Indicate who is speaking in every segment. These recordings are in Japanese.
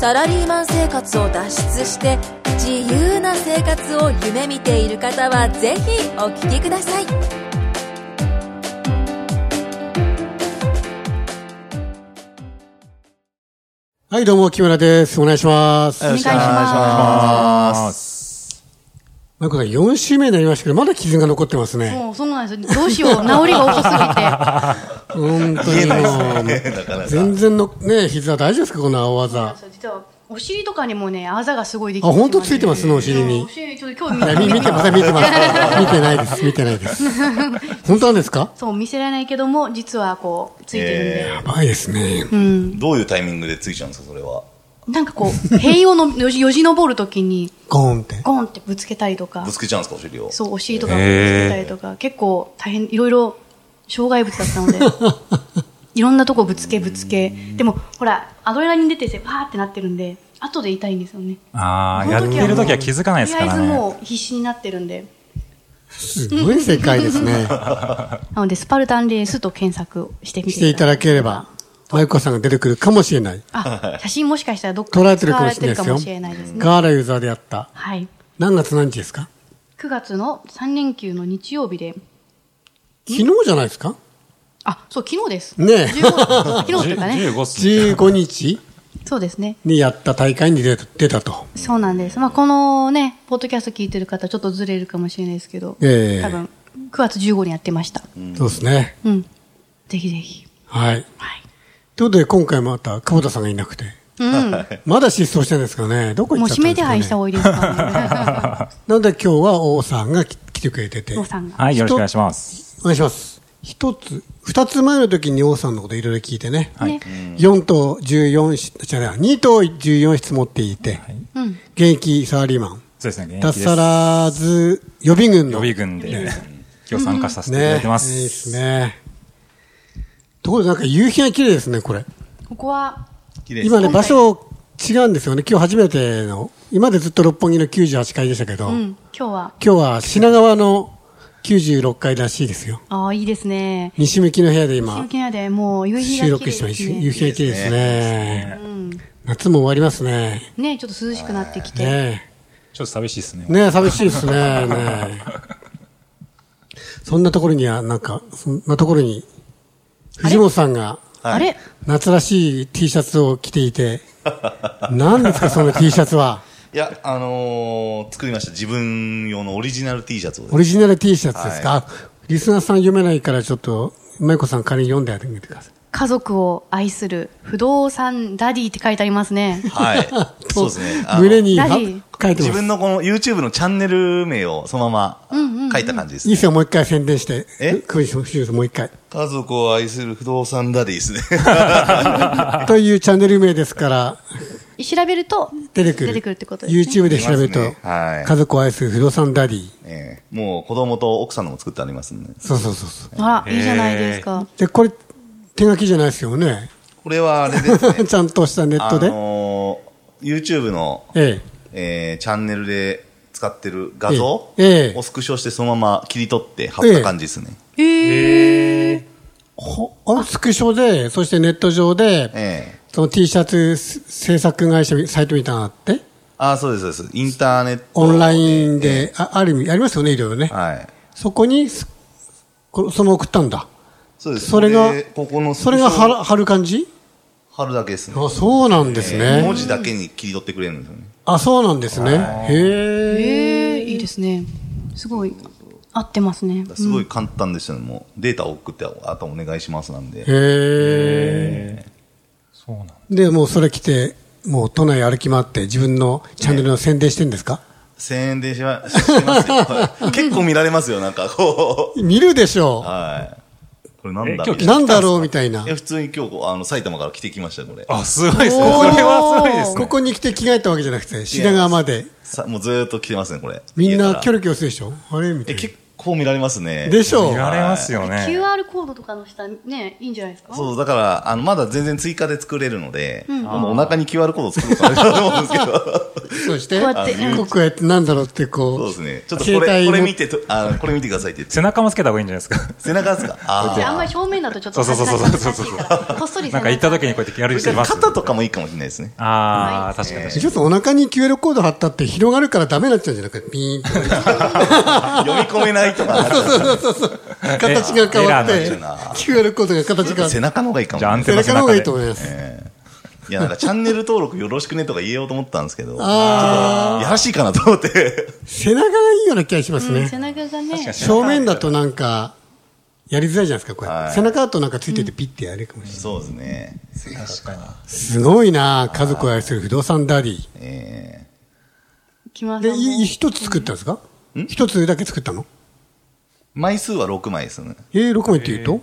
Speaker 1: サラリーマン生活を脱出して自由な生活を夢見ている方はぜひお聞きください
Speaker 2: はい、どうも、木村です。お願いします。
Speaker 3: お願いします。
Speaker 2: なんか4週目になりましたけど、まだ傷が残ってますね。
Speaker 3: もうそうなんですよ。どうしよう。治りが遅
Speaker 2: 本
Speaker 3: す
Speaker 2: 当にもう、全然のね、膝大丈夫ですかこの青技。
Speaker 3: ぎて。 実はお尻とかにもね、あざがすごいできて
Speaker 2: あ、本当ついて
Speaker 3: ま
Speaker 2: ますね、お尻に
Speaker 3: お。尻ちょっと今
Speaker 2: いや
Speaker 3: 日
Speaker 2: み
Speaker 3: 見
Speaker 2: 見てます、見てます。見てないです、見てないです。本当なんですか
Speaker 3: そう見せられないけども実はこうついてるんで、
Speaker 2: やばいですね。
Speaker 4: どういうタイミングでついちゃうんですか、それは。
Speaker 3: なんかこう平用のよじよじ登るときに
Speaker 2: ゴーンって。
Speaker 3: ゴンってぶつけたりとか
Speaker 4: ぶつけちゃうんですか、お尻を。
Speaker 3: そうお尻とかぶつけたりとか、結構大変いろいろ障害物だった のでいろんなとこぶつけぶつけでもほらアドレナリン出ててパーってなってるんで後で痛いんですよね
Speaker 5: ああ、
Speaker 3: そ
Speaker 5: や
Speaker 3: の
Speaker 5: っ
Speaker 3: 時は
Speaker 5: てる時は気づかないですから
Speaker 3: とりあえず
Speaker 5: ね。
Speaker 3: もう必死になってるんです
Speaker 2: ごい世界ですね。
Speaker 3: なのでスパルタンレースと検索してみて
Speaker 2: していただければ、マユコさんが出てくるかもしれない。
Speaker 3: あ写真もしかしたらどっか
Speaker 2: 捉え
Speaker 3: で
Speaker 2: て
Speaker 3: 使
Speaker 2: るかも
Speaker 3: われ
Speaker 2: しれないで
Speaker 3: てるか
Speaker 2: すよ
Speaker 3: もしれないです。ね
Speaker 2: ガーラユーザーであった。
Speaker 3: はい
Speaker 2: 何月何日ですか
Speaker 3: 9月の3連休の日曜日で
Speaker 2: 昨日じゃないですか
Speaker 3: あそう昨日です
Speaker 2: ねえ
Speaker 3: 15昨日とかね
Speaker 5: 15っすね。
Speaker 2: ?15 日
Speaker 3: そうですね
Speaker 2: にやった大会に出た出たと。
Speaker 3: そうなんです。まあ、このね、ポッドキャスト聞いてる方、ちょっとずれるかもしれないですけど、
Speaker 2: ええ
Speaker 3: 多分、9月15にやってました。
Speaker 2: そうですね。
Speaker 3: うん。ぜひぜひ。
Speaker 2: はい。
Speaker 3: は
Speaker 2: という
Speaker 3: い。
Speaker 2: ことで、今回また、久保田さんがいなくて。
Speaker 3: うん。
Speaker 2: まだ失踪してるんですかね。どこ行
Speaker 3: も
Speaker 2: っ
Speaker 3: う
Speaker 2: ちゃっ
Speaker 3: 指
Speaker 2: たん
Speaker 3: 名
Speaker 2: ですか、ね、
Speaker 3: 手配した方がいいです か
Speaker 2: なので今日は王さんが来来てくれてて。
Speaker 3: ね。おさんが。
Speaker 5: はい、よろしくお願いします。
Speaker 2: お願いします。一つ、二つ前の時に王さんのこといろいろ聞いてね。
Speaker 5: はい
Speaker 3: ね。
Speaker 2: 4等14し、じゃあ2等14室持っていて、
Speaker 3: うん。
Speaker 2: 現役サラリーマン、
Speaker 5: そうですね、現役
Speaker 2: 脱
Speaker 5: で
Speaker 2: サ
Speaker 5: す。
Speaker 2: ラーズ予備軍の。
Speaker 5: 予備軍で、今日参加させていただい
Speaker 2: ね。
Speaker 5: てま。
Speaker 2: いいですすね。ところでなんか夕日が綺麗ですね、これ。
Speaker 3: ここは、
Speaker 4: 綺麗に
Speaker 2: 今ね、
Speaker 3: 今
Speaker 2: 場
Speaker 3: 回
Speaker 2: 所違うんですよね。今日初めての、今までずっと六本木の98階でしたけど、
Speaker 3: うん。
Speaker 2: 今
Speaker 3: 今日は、
Speaker 2: 日は品川の96階らしいですよ。
Speaker 3: ああ、いいですね。
Speaker 2: 西向きの部屋で今
Speaker 3: 中、継でもう夕日
Speaker 2: 収
Speaker 3: が綺
Speaker 2: 録
Speaker 3: 麗
Speaker 2: してま。
Speaker 3: ですす
Speaker 2: 夕
Speaker 3: ね。
Speaker 2: 日が綺麗ですね。
Speaker 3: うん。
Speaker 2: 夏も終わりますね。
Speaker 3: ね、ちょっと涼しくなってきて。
Speaker 2: ね
Speaker 5: ちょっと寂しいですね
Speaker 2: え。。ねえ寂しいですね。ねえそんなところには、なんか、そんなところに、藤本さんが、
Speaker 3: あれ
Speaker 2: 夏らしい T シャツを着ていて、何ですか、その T シャツは。
Speaker 4: いや、あのー作りました。自分用のオリジナル T シャツをです
Speaker 2: オリジナル T シャツですか、リスナーさん読めないからちょっと、まゆこさん仮に読んであげてください。
Speaker 3: 家族を愛する不動産ダディって書いてありま すね。
Speaker 4: はい。そうですね。あの
Speaker 2: 胸には書
Speaker 3: 何
Speaker 2: いてます。
Speaker 4: 自分のこの YouTube のチャンネル名をそのまま書いた感じです
Speaker 2: いい
Speaker 4: ね
Speaker 2: ですよ、もう一回宣伝して。
Speaker 4: え
Speaker 2: 久保田さんもう一回。
Speaker 4: 家族を愛する不動産ダディですね。
Speaker 2: というチャンネル名ですから、
Speaker 3: 調べると、
Speaker 2: 出てくる。
Speaker 3: 出てくるってことですね。
Speaker 2: YouTube で調べると、
Speaker 4: 出ますねはい
Speaker 2: 家族を愛する不動産ダディ。
Speaker 4: ええもう子供と奥さんのも作ってありますんで。
Speaker 2: そうそうそうそう。
Speaker 3: あら、いいじゃないですか。
Speaker 2: で、これ、手書きじゃないですよね。。
Speaker 4: これはあれですね
Speaker 2: ちゃんとしたネットで。
Speaker 4: あのー YouTube の、
Speaker 2: え
Speaker 4: えーチャンネルで使ってる画像
Speaker 2: ええええ
Speaker 4: をスクショしてそのまま切り取って貼った感じですね。
Speaker 2: え。ほあのスクショで、そしてネット上で、
Speaker 4: ええ
Speaker 2: その T シャツ制作会社、サイトみたいなのあって、
Speaker 4: ああ、そうです、そうです。インターネット。
Speaker 2: オンラインで、あある意味、ありますよね、いろいろね。
Speaker 4: はい。
Speaker 2: そこにす、こその送ったんだ。
Speaker 4: そうです。
Speaker 2: それが
Speaker 4: でここのス
Speaker 2: そ
Speaker 4: ク
Speaker 2: れ
Speaker 4: ショ
Speaker 2: が貼る貼る感じ
Speaker 4: 貼るだけですね。
Speaker 2: あ、そうなんです
Speaker 4: ええ文
Speaker 2: ね。
Speaker 4: 字だけに切り取ってくれるんですよね。
Speaker 2: あ、そうなんですね。へえ。
Speaker 3: ええいいですね。すごい、合ってますね
Speaker 4: だか。らすごい簡単ですよね。もうデータを送って、あとお願いしますなんで。
Speaker 2: へえ。
Speaker 5: そうなん
Speaker 2: で、もうそれ来て、もう都内歩き回って自分のチャンネルの宣伝してんですか
Speaker 4: 宣伝しま、しますよ。はい結構見られますよ、なんかこ
Speaker 2: 見るでしょ
Speaker 4: う。
Speaker 2: う。
Speaker 4: はい。これなんだ。
Speaker 5: え今日来
Speaker 2: なんだろうみたいない
Speaker 4: や、普通に今日、あの、埼玉から着てきました、これ。
Speaker 5: あ、すごいですね。
Speaker 3: おー
Speaker 5: それはすごいです
Speaker 2: こ
Speaker 5: ね。
Speaker 2: こに来て着替えたわけじゃなくて、品川まで。
Speaker 4: さもうずーっと着てますね、これ。
Speaker 2: みん
Speaker 4: 家
Speaker 2: な
Speaker 4: から
Speaker 2: キョロキョロするでしょあれみた
Speaker 4: え、
Speaker 2: いな。
Speaker 4: 結構見られますね。
Speaker 2: でしょ
Speaker 5: 見られますよね。
Speaker 3: QR コードとかの下ね、いいんじゃないですか
Speaker 4: そう、だから、あの、まだ全然追加で作れるので、
Speaker 3: うん
Speaker 4: あのお腹に QR コード作ろうかなと思うんですけ ど。
Speaker 2: そして、
Speaker 3: こうやってうん
Speaker 2: こうこうやってなんだろうってこう。
Speaker 4: そうですね。ちょっとこ
Speaker 2: 携
Speaker 4: れ、
Speaker 2: 帯
Speaker 4: こ
Speaker 2: の
Speaker 4: れ見てと、あこれ見てくださいって言って。
Speaker 5: 背中もつけた方がいいんじゃないですか。
Speaker 4: 背中ですかあ
Speaker 3: じゃああんまり
Speaker 4: ー
Speaker 3: 正面だとちょっと
Speaker 5: そうそうそうそうそうそ
Speaker 3: 恥ずか
Speaker 5: う
Speaker 3: しいからこっそり
Speaker 5: なんか行った時にこうやって気軽にしてます。
Speaker 4: 肩とかもいいかもしれないですね。
Speaker 5: ああ、確かに確か
Speaker 2: ちょっとお腹に QR コード貼ったって広がるからダメになっちゃうんじゃなくて、ピーンと。
Speaker 4: 読み込めないとか なっちゃう
Speaker 2: 形が変わ っ
Speaker 4: エ
Speaker 2: て
Speaker 4: ラーになっちゃうな、
Speaker 2: QR コードが形が
Speaker 4: 背中の方がいいか
Speaker 5: に。
Speaker 4: も
Speaker 5: じゃあ、アン
Speaker 4: ね。
Speaker 5: テ
Speaker 2: 背
Speaker 5: ナ背
Speaker 2: 中の方が
Speaker 5: 中
Speaker 2: い
Speaker 5: で
Speaker 2: いと。思います。
Speaker 4: えーいや、なんかチャンネル登録よろしくねとか言えようと思ったんですけど、ちょっと
Speaker 2: あ
Speaker 4: やらしいかなと思って。
Speaker 2: 背中がいいような気がします
Speaker 3: うん
Speaker 2: ね
Speaker 3: 背。中が
Speaker 5: 確か
Speaker 3: ね
Speaker 5: に
Speaker 2: 正面だとなんか、やりづらいじゃないですか、これ
Speaker 4: は。い
Speaker 2: 背中だとなんかついててピッてやるかもしれない。
Speaker 4: そうですね。
Speaker 5: 確かに。
Speaker 2: すごいな家族を愛する不動産ダディ。
Speaker 4: え
Speaker 3: 来ます
Speaker 2: で、
Speaker 3: よ
Speaker 2: い
Speaker 3: ね
Speaker 2: 一つ作ったんですか一つだけ作ったの
Speaker 4: ー枚数は6枚ですね。
Speaker 2: えー、6枚って言うと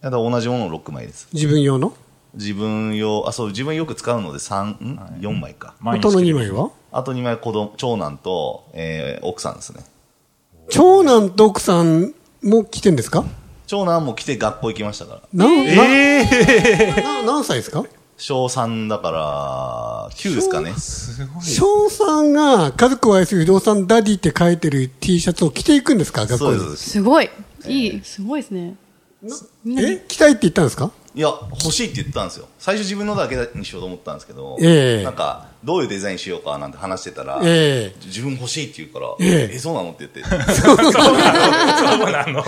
Speaker 4: だから同じものを6枚です。
Speaker 2: 自分用の
Speaker 4: 自分用、あ、そう、自分よく使うので3、ん ?4 枚か。
Speaker 5: 毎
Speaker 2: 大
Speaker 5: 日
Speaker 2: 人2枚は
Speaker 4: あと2枚子供、長男と、えー奥さんですね。
Speaker 2: 長男と奥さんも来てんですか
Speaker 4: 長男も来て学校行きましたから。
Speaker 2: 何、
Speaker 5: ええ
Speaker 2: な何歳ですか
Speaker 4: 小3だから、9ですかね。
Speaker 5: すごい。
Speaker 2: 翔さんが家族を愛する不動産ダディって書いてる T シャツを着ていくんですか学
Speaker 4: そ
Speaker 2: 校
Speaker 4: う
Speaker 2: に。
Speaker 4: です。
Speaker 3: すごいいいすごいですねみんな
Speaker 2: え着たいって言ったんですか
Speaker 4: いや、欲しいって言ったんですよ。最初自分のだけにしようと思ったんですけど、
Speaker 2: ええ
Speaker 4: なんか、どういうデザインしようかなんて話してたら、
Speaker 2: ええ
Speaker 4: 自分欲しいって言うから、
Speaker 2: ええ
Speaker 4: そうなのって 言って、
Speaker 5: そうなの。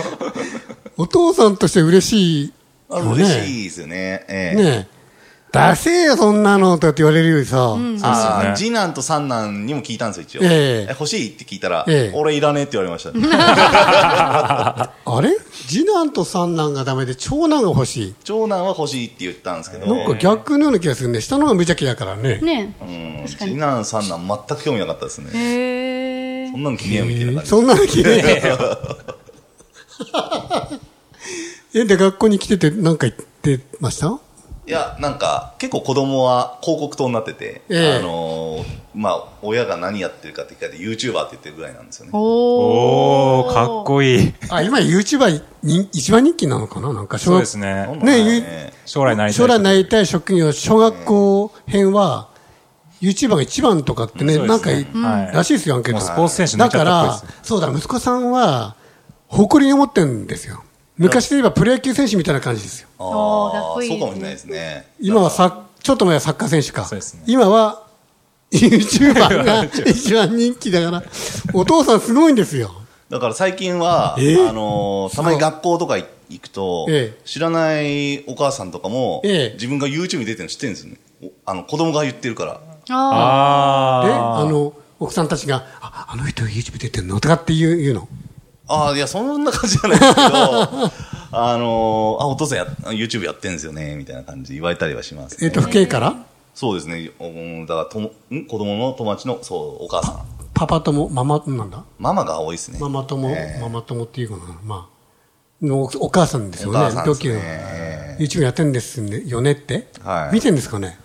Speaker 2: お父さんとして嬉しい
Speaker 4: あ
Speaker 2: よ
Speaker 4: の
Speaker 2: ね。
Speaker 4: 嬉しいですよね。ええ
Speaker 2: ねえ。出せよ、そんなのとかって言われるよりさ。
Speaker 4: あ
Speaker 5: そう
Speaker 4: ー
Speaker 5: です
Speaker 4: 次男と三男にも聞いたんですよ、一応。
Speaker 2: ええ
Speaker 4: 欲しいって聞いたら、
Speaker 2: ええ
Speaker 4: 俺いらねえって言われました、
Speaker 2: あれ次男と三男がダメで長男が欲し
Speaker 4: 長男は欲しいって言ったんですけど、
Speaker 2: い。なんか逆のような気がするね。下の方が無邪気だからね。
Speaker 3: ね
Speaker 4: うん
Speaker 3: 確かに
Speaker 4: 次男、三男全く興味なかったですね。
Speaker 3: へえ
Speaker 4: そんなの君はみたいな感じ。
Speaker 2: そんなの着ね えよ。え、で、学校に来ててなんか言ってました
Speaker 4: いや、なんか、結構子供は広告塔になってて、
Speaker 2: ええ
Speaker 4: あのーまあ、親が何やってるかって聞かれて YouTuber って言ってるぐらいなんですよね。
Speaker 5: お
Speaker 3: お
Speaker 5: お、かっこいい。
Speaker 2: あ、今 YouTuber に一番人気なのかななんか小
Speaker 5: そう
Speaker 2: 学
Speaker 5: ですね。
Speaker 4: なんだろう
Speaker 2: ね
Speaker 5: 将来なりたい。
Speaker 2: 将来なりたい職業、小学校編は、YouTuber が一番とかってね、
Speaker 5: そうですね
Speaker 2: なんかい、
Speaker 5: はい
Speaker 2: らしいですよ、アンケート。
Speaker 5: もうスポーツ選手にな
Speaker 2: だ
Speaker 5: っち
Speaker 2: か
Speaker 5: ゃったっぽい
Speaker 2: ら
Speaker 5: ですね、
Speaker 2: そうだ、息子さんは、誇りに思ってるんですよ。昔で言えばプロ野球選手みたいな感じですよ。
Speaker 4: あ
Speaker 3: おーかっこいいです
Speaker 4: そう
Speaker 3: ね
Speaker 4: かもしれないですね。
Speaker 2: 今はさ、ちょっと前はサッカー選手か。
Speaker 5: そうですね
Speaker 2: 今は、YouTuber が一番人気だから、お父さんすごいんですよ。
Speaker 4: だから最近は、
Speaker 2: ええ
Speaker 4: あのーたまに学校とか行くと、
Speaker 2: ええ
Speaker 4: 知らないお母さんとかも、
Speaker 2: ええ
Speaker 4: 自分が YouTube に出てるの知ってるんですよね。おあの、子供が言ってるから。
Speaker 3: あ
Speaker 5: あ
Speaker 2: で、
Speaker 5: あ。
Speaker 2: あの、奥さんたちが、あ、あの人 YouTube 出てんのとかっていう言うの。
Speaker 4: ああ、いや、そんな感じじゃないですけど、 あのーあ、お父さんや、YouTube やってんですよね、みたいな感じで言われたりはします、
Speaker 2: えっ、と、父兄から
Speaker 4: そうですね。おうんだからとも、ん子供の友達の、そう、お母さん。
Speaker 2: パパ友、ママ、なんだ
Speaker 4: ママが多いですね。
Speaker 2: ママ友、
Speaker 4: ええ
Speaker 2: ママ友っていうかな、まあ、のお母さんですよ
Speaker 4: お
Speaker 2: ね
Speaker 4: 母さ、んで
Speaker 2: 同
Speaker 4: すね
Speaker 2: 級の。
Speaker 4: ええ
Speaker 2: YouTube やってんですよねって、
Speaker 4: はい
Speaker 2: 見てんですかね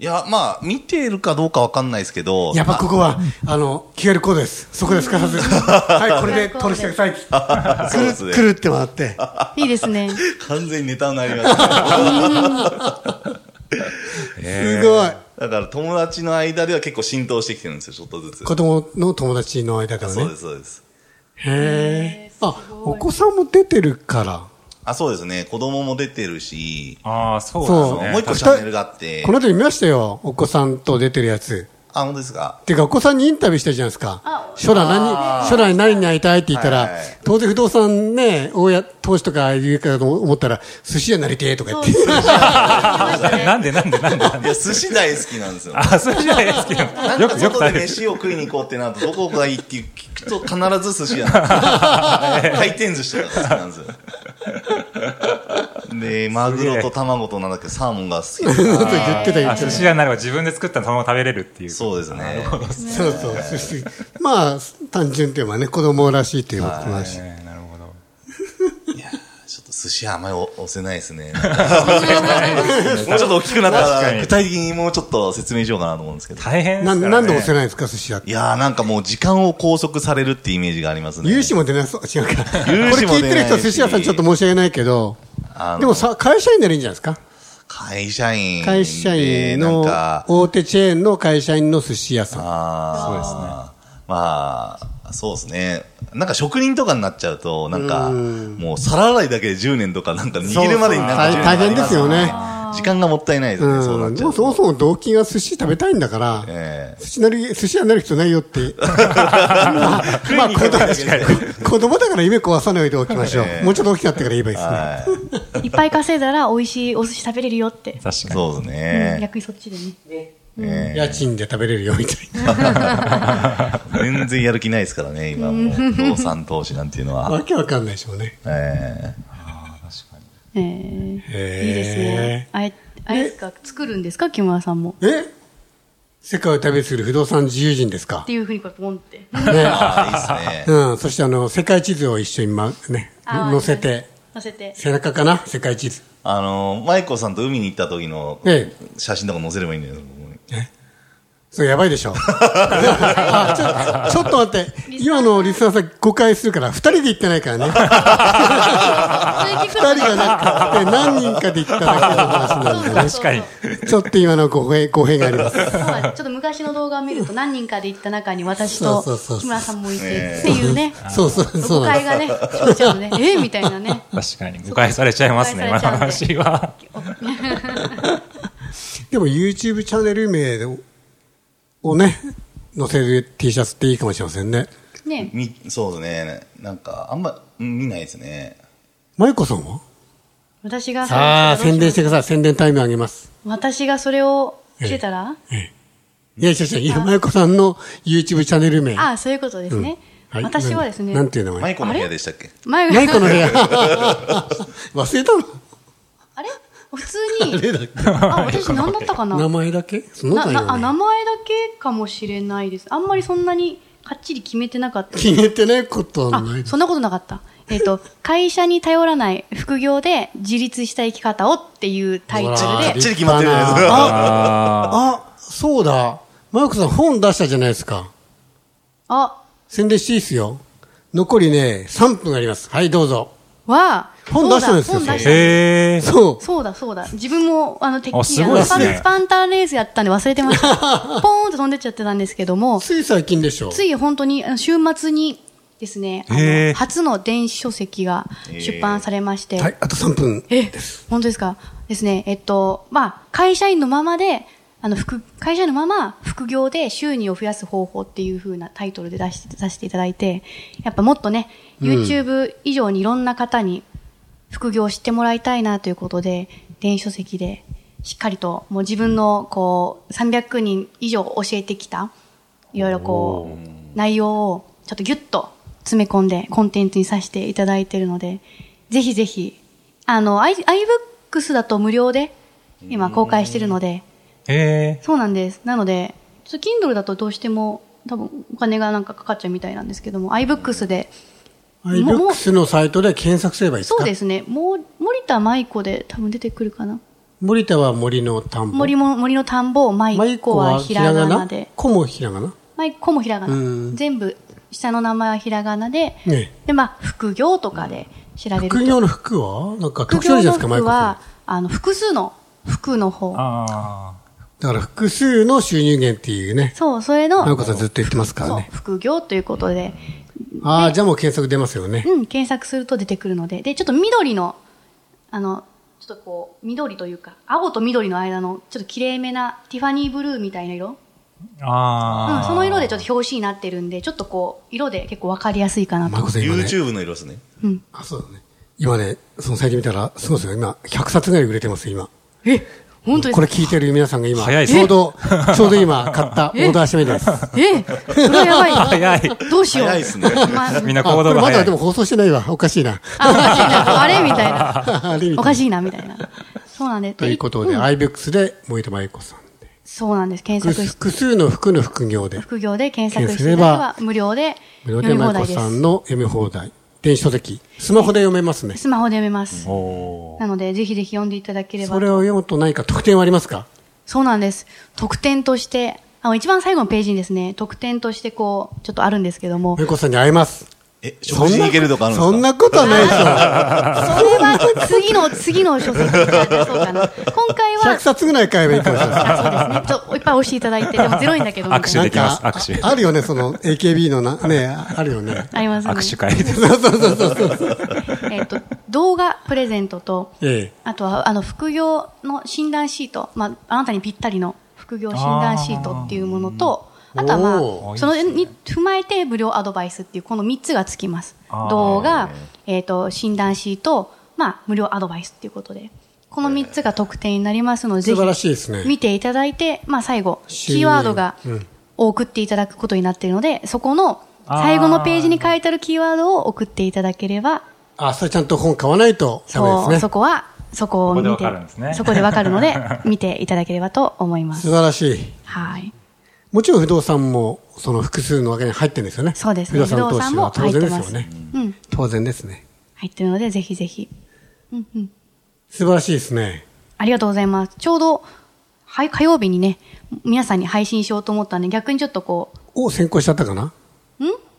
Speaker 4: いや、まあ、見てるかどうかわかんないですけど、
Speaker 2: やっぱここは、あの、QR コードです。そこですから ず。はい、これで取りしてください。
Speaker 4: あそうです
Speaker 2: く
Speaker 4: ね
Speaker 2: るくるって回って。
Speaker 3: あいいですね
Speaker 4: 完全にネタになりま した。
Speaker 2: すごい。
Speaker 4: だから友達の間では結構浸透してきてるんですよ、ちょっとずつ。
Speaker 2: 子供の友達の間から
Speaker 4: そう
Speaker 2: ね
Speaker 4: で。す、そうです。
Speaker 2: へえ。あ
Speaker 3: す、ご
Speaker 2: お
Speaker 3: い
Speaker 2: 子さんも出てるから。
Speaker 4: あ、そうですね。子供も出てるし、
Speaker 5: ああ、そう
Speaker 2: そう
Speaker 5: ですね。
Speaker 4: もう一個チャンネルがあって
Speaker 2: こ、の後見ましたよ。お子さんと出てるやつ。
Speaker 4: あ、本当ですか
Speaker 2: てか、お子さんにインタビューしたじゃないですか
Speaker 3: あ。
Speaker 2: 将来
Speaker 4: あ
Speaker 2: 何、
Speaker 4: ー
Speaker 2: 将来何になりたいって言ったら、
Speaker 4: はいはい
Speaker 2: 当然不動産ね、大家、投資とか言うかと思ったら、寿司屋になりてえとか言って。
Speaker 5: なんでなんでなんでなん
Speaker 4: い
Speaker 5: で。
Speaker 4: や、寿司大好きなんですよ。
Speaker 5: あ、それじゃないですけど。
Speaker 4: なん
Speaker 5: よ
Speaker 4: か
Speaker 5: くよ
Speaker 4: 外
Speaker 5: く食
Speaker 4: で
Speaker 5: べる。
Speaker 4: 飯を食いに行こうってなると、どこがいいって聞くと必ず寿司屋 なんですよ回転寿司とかが好きなんですよ。で、マグロと卵となんだっけ、サーモンが好きだ
Speaker 2: そう
Speaker 4: な
Speaker 2: 言ってた言っ
Speaker 5: あ、
Speaker 2: て
Speaker 5: 寿
Speaker 2: た。
Speaker 5: 司屋になれば自分で作った卵を食べれるっていう。
Speaker 4: そうですね。
Speaker 2: そうそう、寿司。まあ、単純というのはね、子供らしいということだし。
Speaker 5: ねなるほど。
Speaker 4: ちょっと寿司はあんまり押せないです ね。もうちょっと大きくなった、
Speaker 5: 確からに
Speaker 4: 具体的にもうちょっと説明しようかなと思うんですけど。
Speaker 5: 大変ですか
Speaker 2: な
Speaker 5: ら、ね。
Speaker 2: なんで押せないんですか、寿司屋っ
Speaker 4: い
Speaker 2: て。
Speaker 4: やーなんかもう時間を拘束されるってイメージがありますね。
Speaker 2: 融資も出ない、そう違うか。これ
Speaker 4: 融資も
Speaker 2: 聞い
Speaker 4: 出な
Speaker 2: る
Speaker 4: いして
Speaker 2: 人は寿司屋さんちょっと申し訳ないけど、
Speaker 4: あの
Speaker 2: でもさ、会社員ならいいんじゃないですか
Speaker 4: 会社員で。
Speaker 2: 会社員の
Speaker 4: なんか、
Speaker 2: 大手チェーンの会社員の寿司屋さん。
Speaker 4: あそうですね。まあ、そうですね。なんか職人とかになっちゃうと、なんか、もう皿洗いだけで10年とか、なんか握るまでにな
Speaker 2: そう
Speaker 4: る
Speaker 2: そう大変ですよね
Speaker 4: 時間がもったいないですね、そうなっ
Speaker 2: うん、
Speaker 4: ち
Speaker 2: で
Speaker 4: ゃ
Speaker 2: も
Speaker 4: うと。
Speaker 2: そもそも動機が寿司食べたいんだから、
Speaker 4: ええ
Speaker 2: 寿司なり、寿司屋になる人ないよ って。まあ、まあ子供子供だから夢壊さないでおきましょう。
Speaker 4: ええ
Speaker 2: もうちょっと大きくなってから言えばいいですね。
Speaker 4: は い
Speaker 3: っぱい稼いだら美味しいお寿司食べれるよって
Speaker 5: 確か
Speaker 4: い。
Speaker 5: に。
Speaker 4: そうです
Speaker 3: うん
Speaker 4: ね。
Speaker 3: 逆にそっちでね
Speaker 4: ええ
Speaker 2: 家賃で食べれるよみた い
Speaker 4: 全然やる気ないですからね、今もう。動産投資なんていうの
Speaker 2: な。
Speaker 4: は。
Speaker 2: わけわかんないでしょうね。
Speaker 4: ええ
Speaker 3: えー
Speaker 2: へー
Speaker 3: いいですねあえあれですか作るんですか木村さんも
Speaker 2: え世界を旅する不動産自由人ですか
Speaker 3: っていうふうにこれポンって
Speaker 2: ね。
Speaker 4: ああ、いいですね。
Speaker 2: うん。そしてあの、世界地図を一緒にま、ね、
Speaker 3: あー
Speaker 2: 載せて、
Speaker 3: 乗 せて
Speaker 2: 背中かな世界地図。
Speaker 4: あの、マイコさんと海に行った時の
Speaker 2: え
Speaker 4: 写真とか載せればいいんじゃないですかここに、
Speaker 2: それやばいでしょ。あちょちょっと待って。今のリスナーさん誤解するから、二人で行ってない からね。
Speaker 3: 二
Speaker 2: 二人がなくて何人かで行っただけの話なんでね。
Speaker 5: 確かに。
Speaker 2: ちょっと今の語弊、語弊があります。
Speaker 3: そうですちょっと昔の動画を見ると何人かで行った中に私と
Speaker 2: そうそうそうそう
Speaker 3: 木村さんもいてっ
Speaker 4: ええ
Speaker 3: ていうね、
Speaker 2: そうそう、そう
Speaker 3: 誤
Speaker 2: なんで
Speaker 3: 解がね、生じちゃうね、えみたいなね。
Speaker 5: 確かに。誤解されちゃいますね、
Speaker 3: 誤
Speaker 5: 今
Speaker 3: 解
Speaker 5: の
Speaker 3: されちゃうんで
Speaker 5: 話は。
Speaker 2: す。でも YouTube チャンネル名をね、載せる T シャツっていいかもしれませんね。
Speaker 3: ね、
Speaker 4: みそうですね。なんか、あんまうん見ないですね。
Speaker 2: まゆこさんは
Speaker 3: 私が
Speaker 2: さあ、
Speaker 3: それ
Speaker 2: 宣伝してください。宣伝タイムあげます。
Speaker 3: 私がそれをしてたら、
Speaker 2: いやいやいやいや、まゆこさんの YouTube チャンネル名。
Speaker 3: ああ、そういうことですね。
Speaker 2: い
Speaker 3: 私はですね、
Speaker 2: なんていう名
Speaker 4: マ
Speaker 2: 前
Speaker 4: イコの部屋でしたっけ
Speaker 3: 前
Speaker 2: まゆこ
Speaker 3: が、
Speaker 2: の部屋。 忘れたの
Speaker 3: あれ普通 に、あ、私何だったかな
Speaker 2: 名前だけそんな
Speaker 3: な
Speaker 2: ことない
Speaker 3: な
Speaker 2: よ
Speaker 3: あ
Speaker 2: ね
Speaker 3: 名前だけかもしれないです。あんまりそんなにかっちり決めてなかった。
Speaker 2: 決めてないことは
Speaker 3: あ
Speaker 2: ない、です
Speaker 3: そんなことなかった。え っ、と、会社に頼らない副業で自立した生き方をっていうタイ
Speaker 2: ほ
Speaker 3: ト
Speaker 2: ら
Speaker 3: ル
Speaker 4: っ
Speaker 3: で、
Speaker 4: ちり決まってるじゃないです
Speaker 2: あ
Speaker 4: か
Speaker 5: あ
Speaker 2: あ、そうだ。マイコさん本出したじゃないですか。
Speaker 3: あ、
Speaker 2: 宣伝していいっすよ。残りね、3分あります。はい、どうぞ。
Speaker 3: は、
Speaker 2: 本出したんですよ
Speaker 3: そうだ
Speaker 2: そ
Speaker 3: 本出
Speaker 5: ー
Speaker 3: した
Speaker 5: へえ。
Speaker 2: そう。
Speaker 3: そうだそうだ。自分も、あの、てっ
Speaker 5: あ
Speaker 3: き
Speaker 5: す
Speaker 3: り、あ
Speaker 5: ごい
Speaker 3: の
Speaker 5: で
Speaker 3: スパ
Speaker 5: す
Speaker 3: ン
Speaker 5: ね
Speaker 3: スパンタンレースやったんで忘れてま した。ポーンと飛んでっちゃってたんですけども、
Speaker 2: つい最近でしょ。
Speaker 3: つい本当に、あの週末にですね、あ
Speaker 5: へ
Speaker 3: の
Speaker 5: ー
Speaker 3: 初の電子書籍が出版されまして、
Speaker 2: はい、あと3分。
Speaker 3: え、本当ですかですね、えっと、まあ、会社員のままで、あの、副、会社員のまま副業で収入を増やす方法っていう風なタイトルで出して、出していただいて、やっぱもっとね、YouTube 以上にいろんな方に副業を知ってもらいたいなということで、電子書籍でしっかりと、もう自分のこう、300人以上教えてきた、いろいろこう、内容をちょっとギュッと詰め込んでコンテンツにさせていただいているので、ぜひぜひ、あの、i- iBooks だと無料で今公開しているので、
Speaker 5: へえ。
Speaker 3: そうなんです。なので、ちょっと Kindle だとどうしても多分お金がなんかかかっちゃうみたいなんですけども、iBooks で、もう
Speaker 2: iBooks のサイトで検索すればいいですか
Speaker 3: そうですね、もう森田舞子で多分出てくるかな。
Speaker 2: 森田は森の田んぼ。
Speaker 3: 森も森の田んぼ、舞
Speaker 2: まゆ
Speaker 3: 子
Speaker 2: こ
Speaker 3: はひらがなで、
Speaker 2: 子もひらがな。
Speaker 3: 舞子もひらが
Speaker 2: うん
Speaker 3: な。全部、下の名前はひらがなで、
Speaker 2: ね
Speaker 3: で、まあ、副業とかで調べると。
Speaker 2: 副業の服はなんか
Speaker 3: 副
Speaker 2: 特徴あるじゃ
Speaker 3: 業
Speaker 2: な
Speaker 3: の
Speaker 2: いですか、マイ
Speaker 3: 服
Speaker 2: コさん
Speaker 3: は。、あの、複数の服の方。
Speaker 5: あ
Speaker 2: だから複数の収入源っていうね。
Speaker 3: そう、それ
Speaker 2: マイ
Speaker 3: の、
Speaker 2: コさんずっと言ってますから
Speaker 3: そう
Speaker 2: ね。、
Speaker 3: 副業ということで、
Speaker 2: ああ、じゃあもう検索出ますよね。
Speaker 3: うん、検索すると出てくるので、で、ちょっと緑の、あの、ちょっとこう、緑というか、青と緑の間の、ちょっと綺麗めな、ティファニーブルーみたいな色
Speaker 5: あ。ああ。
Speaker 3: うん、その色でちょっと表紙になってるんで、ちょっとこう、色で結構わかりやすいかな
Speaker 2: マイ
Speaker 3: と。
Speaker 2: コさん今ね。
Speaker 4: YouTube の色ですね。
Speaker 3: うん。
Speaker 2: あ、そうだね。今ね、そのサイト見たら、すごいですよ。今、100冊ぐらい売れてます、今。
Speaker 3: え、本当です
Speaker 2: これ
Speaker 3: か
Speaker 2: 聞いてる皆さんが今、
Speaker 5: 早いで
Speaker 2: ちょ
Speaker 5: す
Speaker 2: う
Speaker 5: ね
Speaker 2: ど、ちょうど今、買ったオーダーしてみです。
Speaker 3: え、それはや ばい。
Speaker 5: 早い。
Speaker 3: どうしよう。
Speaker 4: 早いっ すね
Speaker 3: まあ
Speaker 5: みんな
Speaker 2: あ、こ
Speaker 5: 行動
Speaker 2: れ
Speaker 5: が
Speaker 2: ま
Speaker 5: 早
Speaker 2: だ
Speaker 5: い
Speaker 2: で。も放送してないわ。おかしいな。
Speaker 3: あおかしいな。あれみたいな。
Speaker 2: あれみ
Speaker 3: お
Speaker 2: た
Speaker 3: か
Speaker 2: いな。
Speaker 3: しいな、みたいな。そうなんで。
Speaker 2: ということで、
Speaker 3: ん
Speaker 2: iBooks で、森田真由子さん。
Speaker 3: そうなんです。検
Speaker 2: 複
Speaker 3: 索し
Speaker 2: 複数の服の副業で、
Speaker 3: 副業で検索していただけば無料で
Speaker 2: 森
Speaker 3: 読
Speaker 2: 田
Speaker 3: み
Speaker 2: 真
Speaker 3: 放
Speaker 2: 由
Speaker 3: 題
Speaker 2: 子
Speaker 3: です
Speaker 2: さ。んの読み放題。電子書籍。スマホで読めますね。
Speaker 3: スマホで読めます。
Speaker 5: おー
Speaker 3: なので、ぜひぜひ読んでいただければ
Speaker 2: それを読むと何か特典はありますか
Speaker 3: そうなんです。特典として、あの、一番最後のページにですね、特典としてこう、ちょっとあるんですけども
Speaker 2: ふ、みこさんに会えます。
Speaker 4: え、食事に行けるとかあるんですか
Speaker 2: そんなことないでし
Speaker 3: それは次の、次の書籍に出そうかな。今回
Speaker 2: ょ。100
Speaker 3: は、
Speaker 2: 冊ぐらい買えばいいかもしれない。
Speaker 3: あそうですね。ちょいっぱい押していただいて、でもゼロ円だけど、みたい
Speaker 5: 握
Speaker 3: な
Speaker 5: 手。できます
Speaker 2: なんか
Speaker 5: 握手
Speaker 2: ああるよね、その AKB のな、ね、ああるよね。
Speaker 3: ありますね。
Speaker 5: 握手会です。
Speaker 3: えっ、と、動画プレゼントと、
Speaker 2: ええ。
Speaker 3: あとは、あの、副業の診断シート、まあ、あなたにぴったりの副業診断シートっていうものと、
Speaker 2: あー
Speaker 3: あとはま
Speaker 2: お
Speaker 3: あ、
Speaker 5: ー
Speaker 3: そのに踏まえて無料アドバイスっていう、この3つがつきます
Speaker 5: あー。
Speaker 3: 動画、えっ、と、診断シート、まあ、無料アドバイスっていうことで、この3つが特典になりますので、ぜ
Speaker 2: 素晴らしい
Speaker 3: ひ
Speaker 2: ですね。
Speaker 3: 見ていただいて、まあ、最後、
Speaker 2: 収
Speaker 3: キ
Speaker 2: 入
Speaker 3: ーワードが
Speaker 2: うん
Speaker 3: 送っていただくことになっているので、そこの最後のページに書いてあるキーワードを送っていただければ、
Speaker 2: あ、それちゃんと本買わないとダメ
Speaker 3: そ
Speaker 2: で
Speaker 3: う、
Speaker 2: す
Speaker 3: そ
Speaker 2: ね。
Speaker 3: こは、そこを見て、
Speaker 5: そこでわかるんですね
Speaker 3: そこでわかるので、見ていただければと思いま
Speaker 2: 素
Speaker 3: す。
Speaker 2: 晴らしい。
Speaker 3: はい。
Speaker 2: もちろん不動産も、その複数のわけに入ってるんですよね。
Speaker 3: そうですね
Speaker 2: 不動産投資は当然ですよね。
Speaker 3: うん。
Speaker 2: 当然ですね。
Speaker 3: 入ってるので、ぜひぜひ。うんうん。
Speaker 2: 素晴らしいですね。
Speaker 3: ありがとうございます。ちょうど、はい、火曜日にね、皆さんに配信しようと思ったんで、逆にちょっとこ
Speaker 2: お、先行しちゃったかなん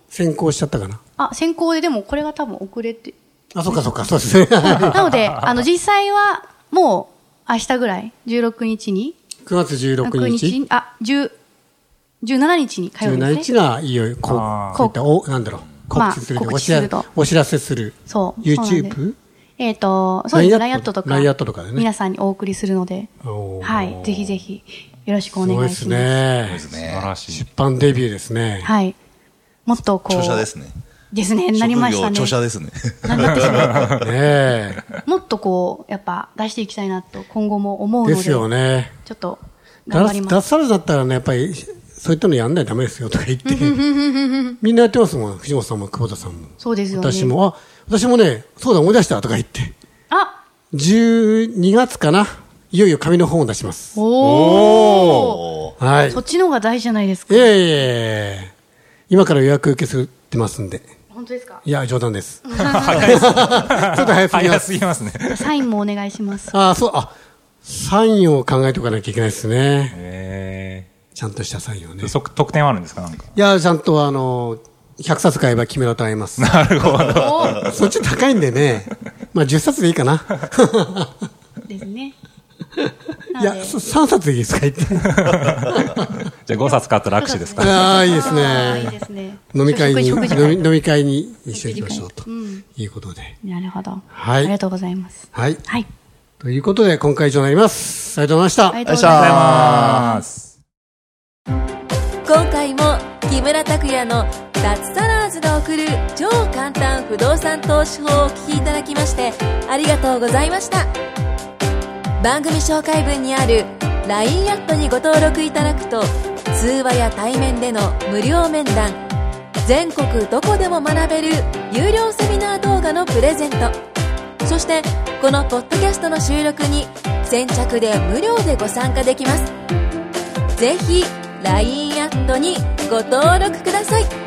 Speaker 2: 先行しちゃったかな
Speaker 3: う、あ、先行で、でもこれが多分遅れて、
Speaker 2: あ、そっかそっか、そうですね。9
Speaker 3: なので、あの、実際は、もう、明日ぐらい、16日に、
Speaker 2: 月16日、
Speaker 3: あ、10、17日に火曜日
Speaker 2: 17
Speaker 3: です
Speaker 2: 日
Speaker 3: ね。
Speaker 2: がいよいよ、こ
Speaker 5: あ
Speaker 2: う、
Speaker 5: ー
Speaker 2: そういった、お、なんだろう、
Speaker 3: まあ
Speaker 2: 告知するというか、
Speaker 3: 告知すると
Speaker 2: お知らせする。
Speaker 3: そう。そうなんです
Speaker 2: YouTube?
Speaker 3: えっ、と、そうです。
Speaker 2: ラ
Speaker 3: ラ
Speaker 2: イ
Speaker 3: イ
Speaker 2: ア
Speaker 3: ア
Speaker 2: ッ
Speaker 3: ッ
Speaker 2: トと
Speaker 3: トと
Speaker 2: か
Speaker 3: か。
Speaker 2: ライアットとかでね
Speaker 3: 皆さんにお送りするので。
Speaker 2: おー
Speaker 3: はい。ぜひぜひ、よろしくお
Speaker 2: す
Speaker 3: 願
Speaker 2: ごい
Speaker 3: い
Speaker 2: で
Speaker 3: し
Speaker 2: す
Speaker 3: ます。
Speaker 2: ね。
Speaker 4: そうです
Speaker 5: 素晴
Speaker 4: ね。
Speaker 5: らしい
Speaker 2: 出。版デビューですね。
Speaker 3: はい。もっとこう。
Speaker 4: 著者ですね。
Speaker 3: ですね。なりましたね。
Speaker 4: 職業著者ですね。
Speaker 3: なりましたね
Speaker 2: ね
Speaker 3: もっとこう、やっぱ出していきたいなと、今後も思う
Speaker 2: え。
Speaker 3: ので。
Speaker 2: ですよね。
Speaker 3: ちょっと、頑
Speaker 2: ダ
Speaker 3: 張り
Speaker 2: ス
Speaker 3: ま
Speaker 2: 脱
Speaker 3: す。
Speaker 2: サラだったらね、やっぱり、そういったのやんないとダメですよとか言 って。みんなやってますもん。藤本さんも久保田さんも。
Speaker 3: そうですよね。
Speaker 2: 私。も、あ、私もね、そうだ思い出したとか言って。
Speaker 3: あ
Speaker 2: 12月かな。いよいよ紙の本を出します。
Speaker 3: おー
Speaker 4: おー
Speaker 2: はい。
Speaker 3: そっちの方が大事じゃないですか
Speaker 2: い。やいやいやいや今から予約受け付けてますんで。
Speaker 3: 本当ですか
Speaker 2: いや、冗談です。ちょっと早すぎま
Speaker 5: 早
Speaker 2: す。
Speaker 5: すぎますね。
Speaker 3: サインもお願い します。
Speaker 2: ああ、そう、あ、サインを考えておかなきゃいけないですね。
Speaker 5: え
Speaker 2: ちゃんとしたサインをね
Speaker 5: ー。。そ得点はあるんですかなんか。
Speaker 2: いや、ちゃんとあの、100冊買えば木村と会えます。
Speaker 5: なるほど。
Speaker 3: おー
Speaker 2: そっち高いんでね。まあ10冊でいいかな。
Speaker 3: ですね。
Speaker 2: いや、そ3冊でいいですか言 って。
Speaker 5: じゃあ5冊買ったら握手ですか
Speaker 2: ああ、いいです
Speaker 3: あーいい
Speaker 2: ね。
Speaker 3: ですね。
Speaker 2: 飲み会に、飲
Speaker 3: 食事
Speaker 2: み飲み会に一緒に行きましょうと
Speaker 3: うん
Speaker 2: いうことで。
Speaker 3: なるほど。
Speaker 2: はい
Speaker 3: ありがとうございます。
Speaker 2: はい。
Speaker 3: はい。
Speaker 2: ということで、今回以上になります。ありがとうございました。
Speaker 3: ありがとうございます。
Speaker 5: ます。
Speaker 1: 今回も木村拓哉の脱サラーズが送る超簡単不動産投資法をお聞きいただきましてありがとうございました番組紹介文にある LINE アットにご登録いただくと通話や対面での無料面談全国どこでも学べる有料セミナー動画のプレゼントそしてこのポッドキャストの収録に先着で無料でご参加できますぜひ LINE アットにご登録ください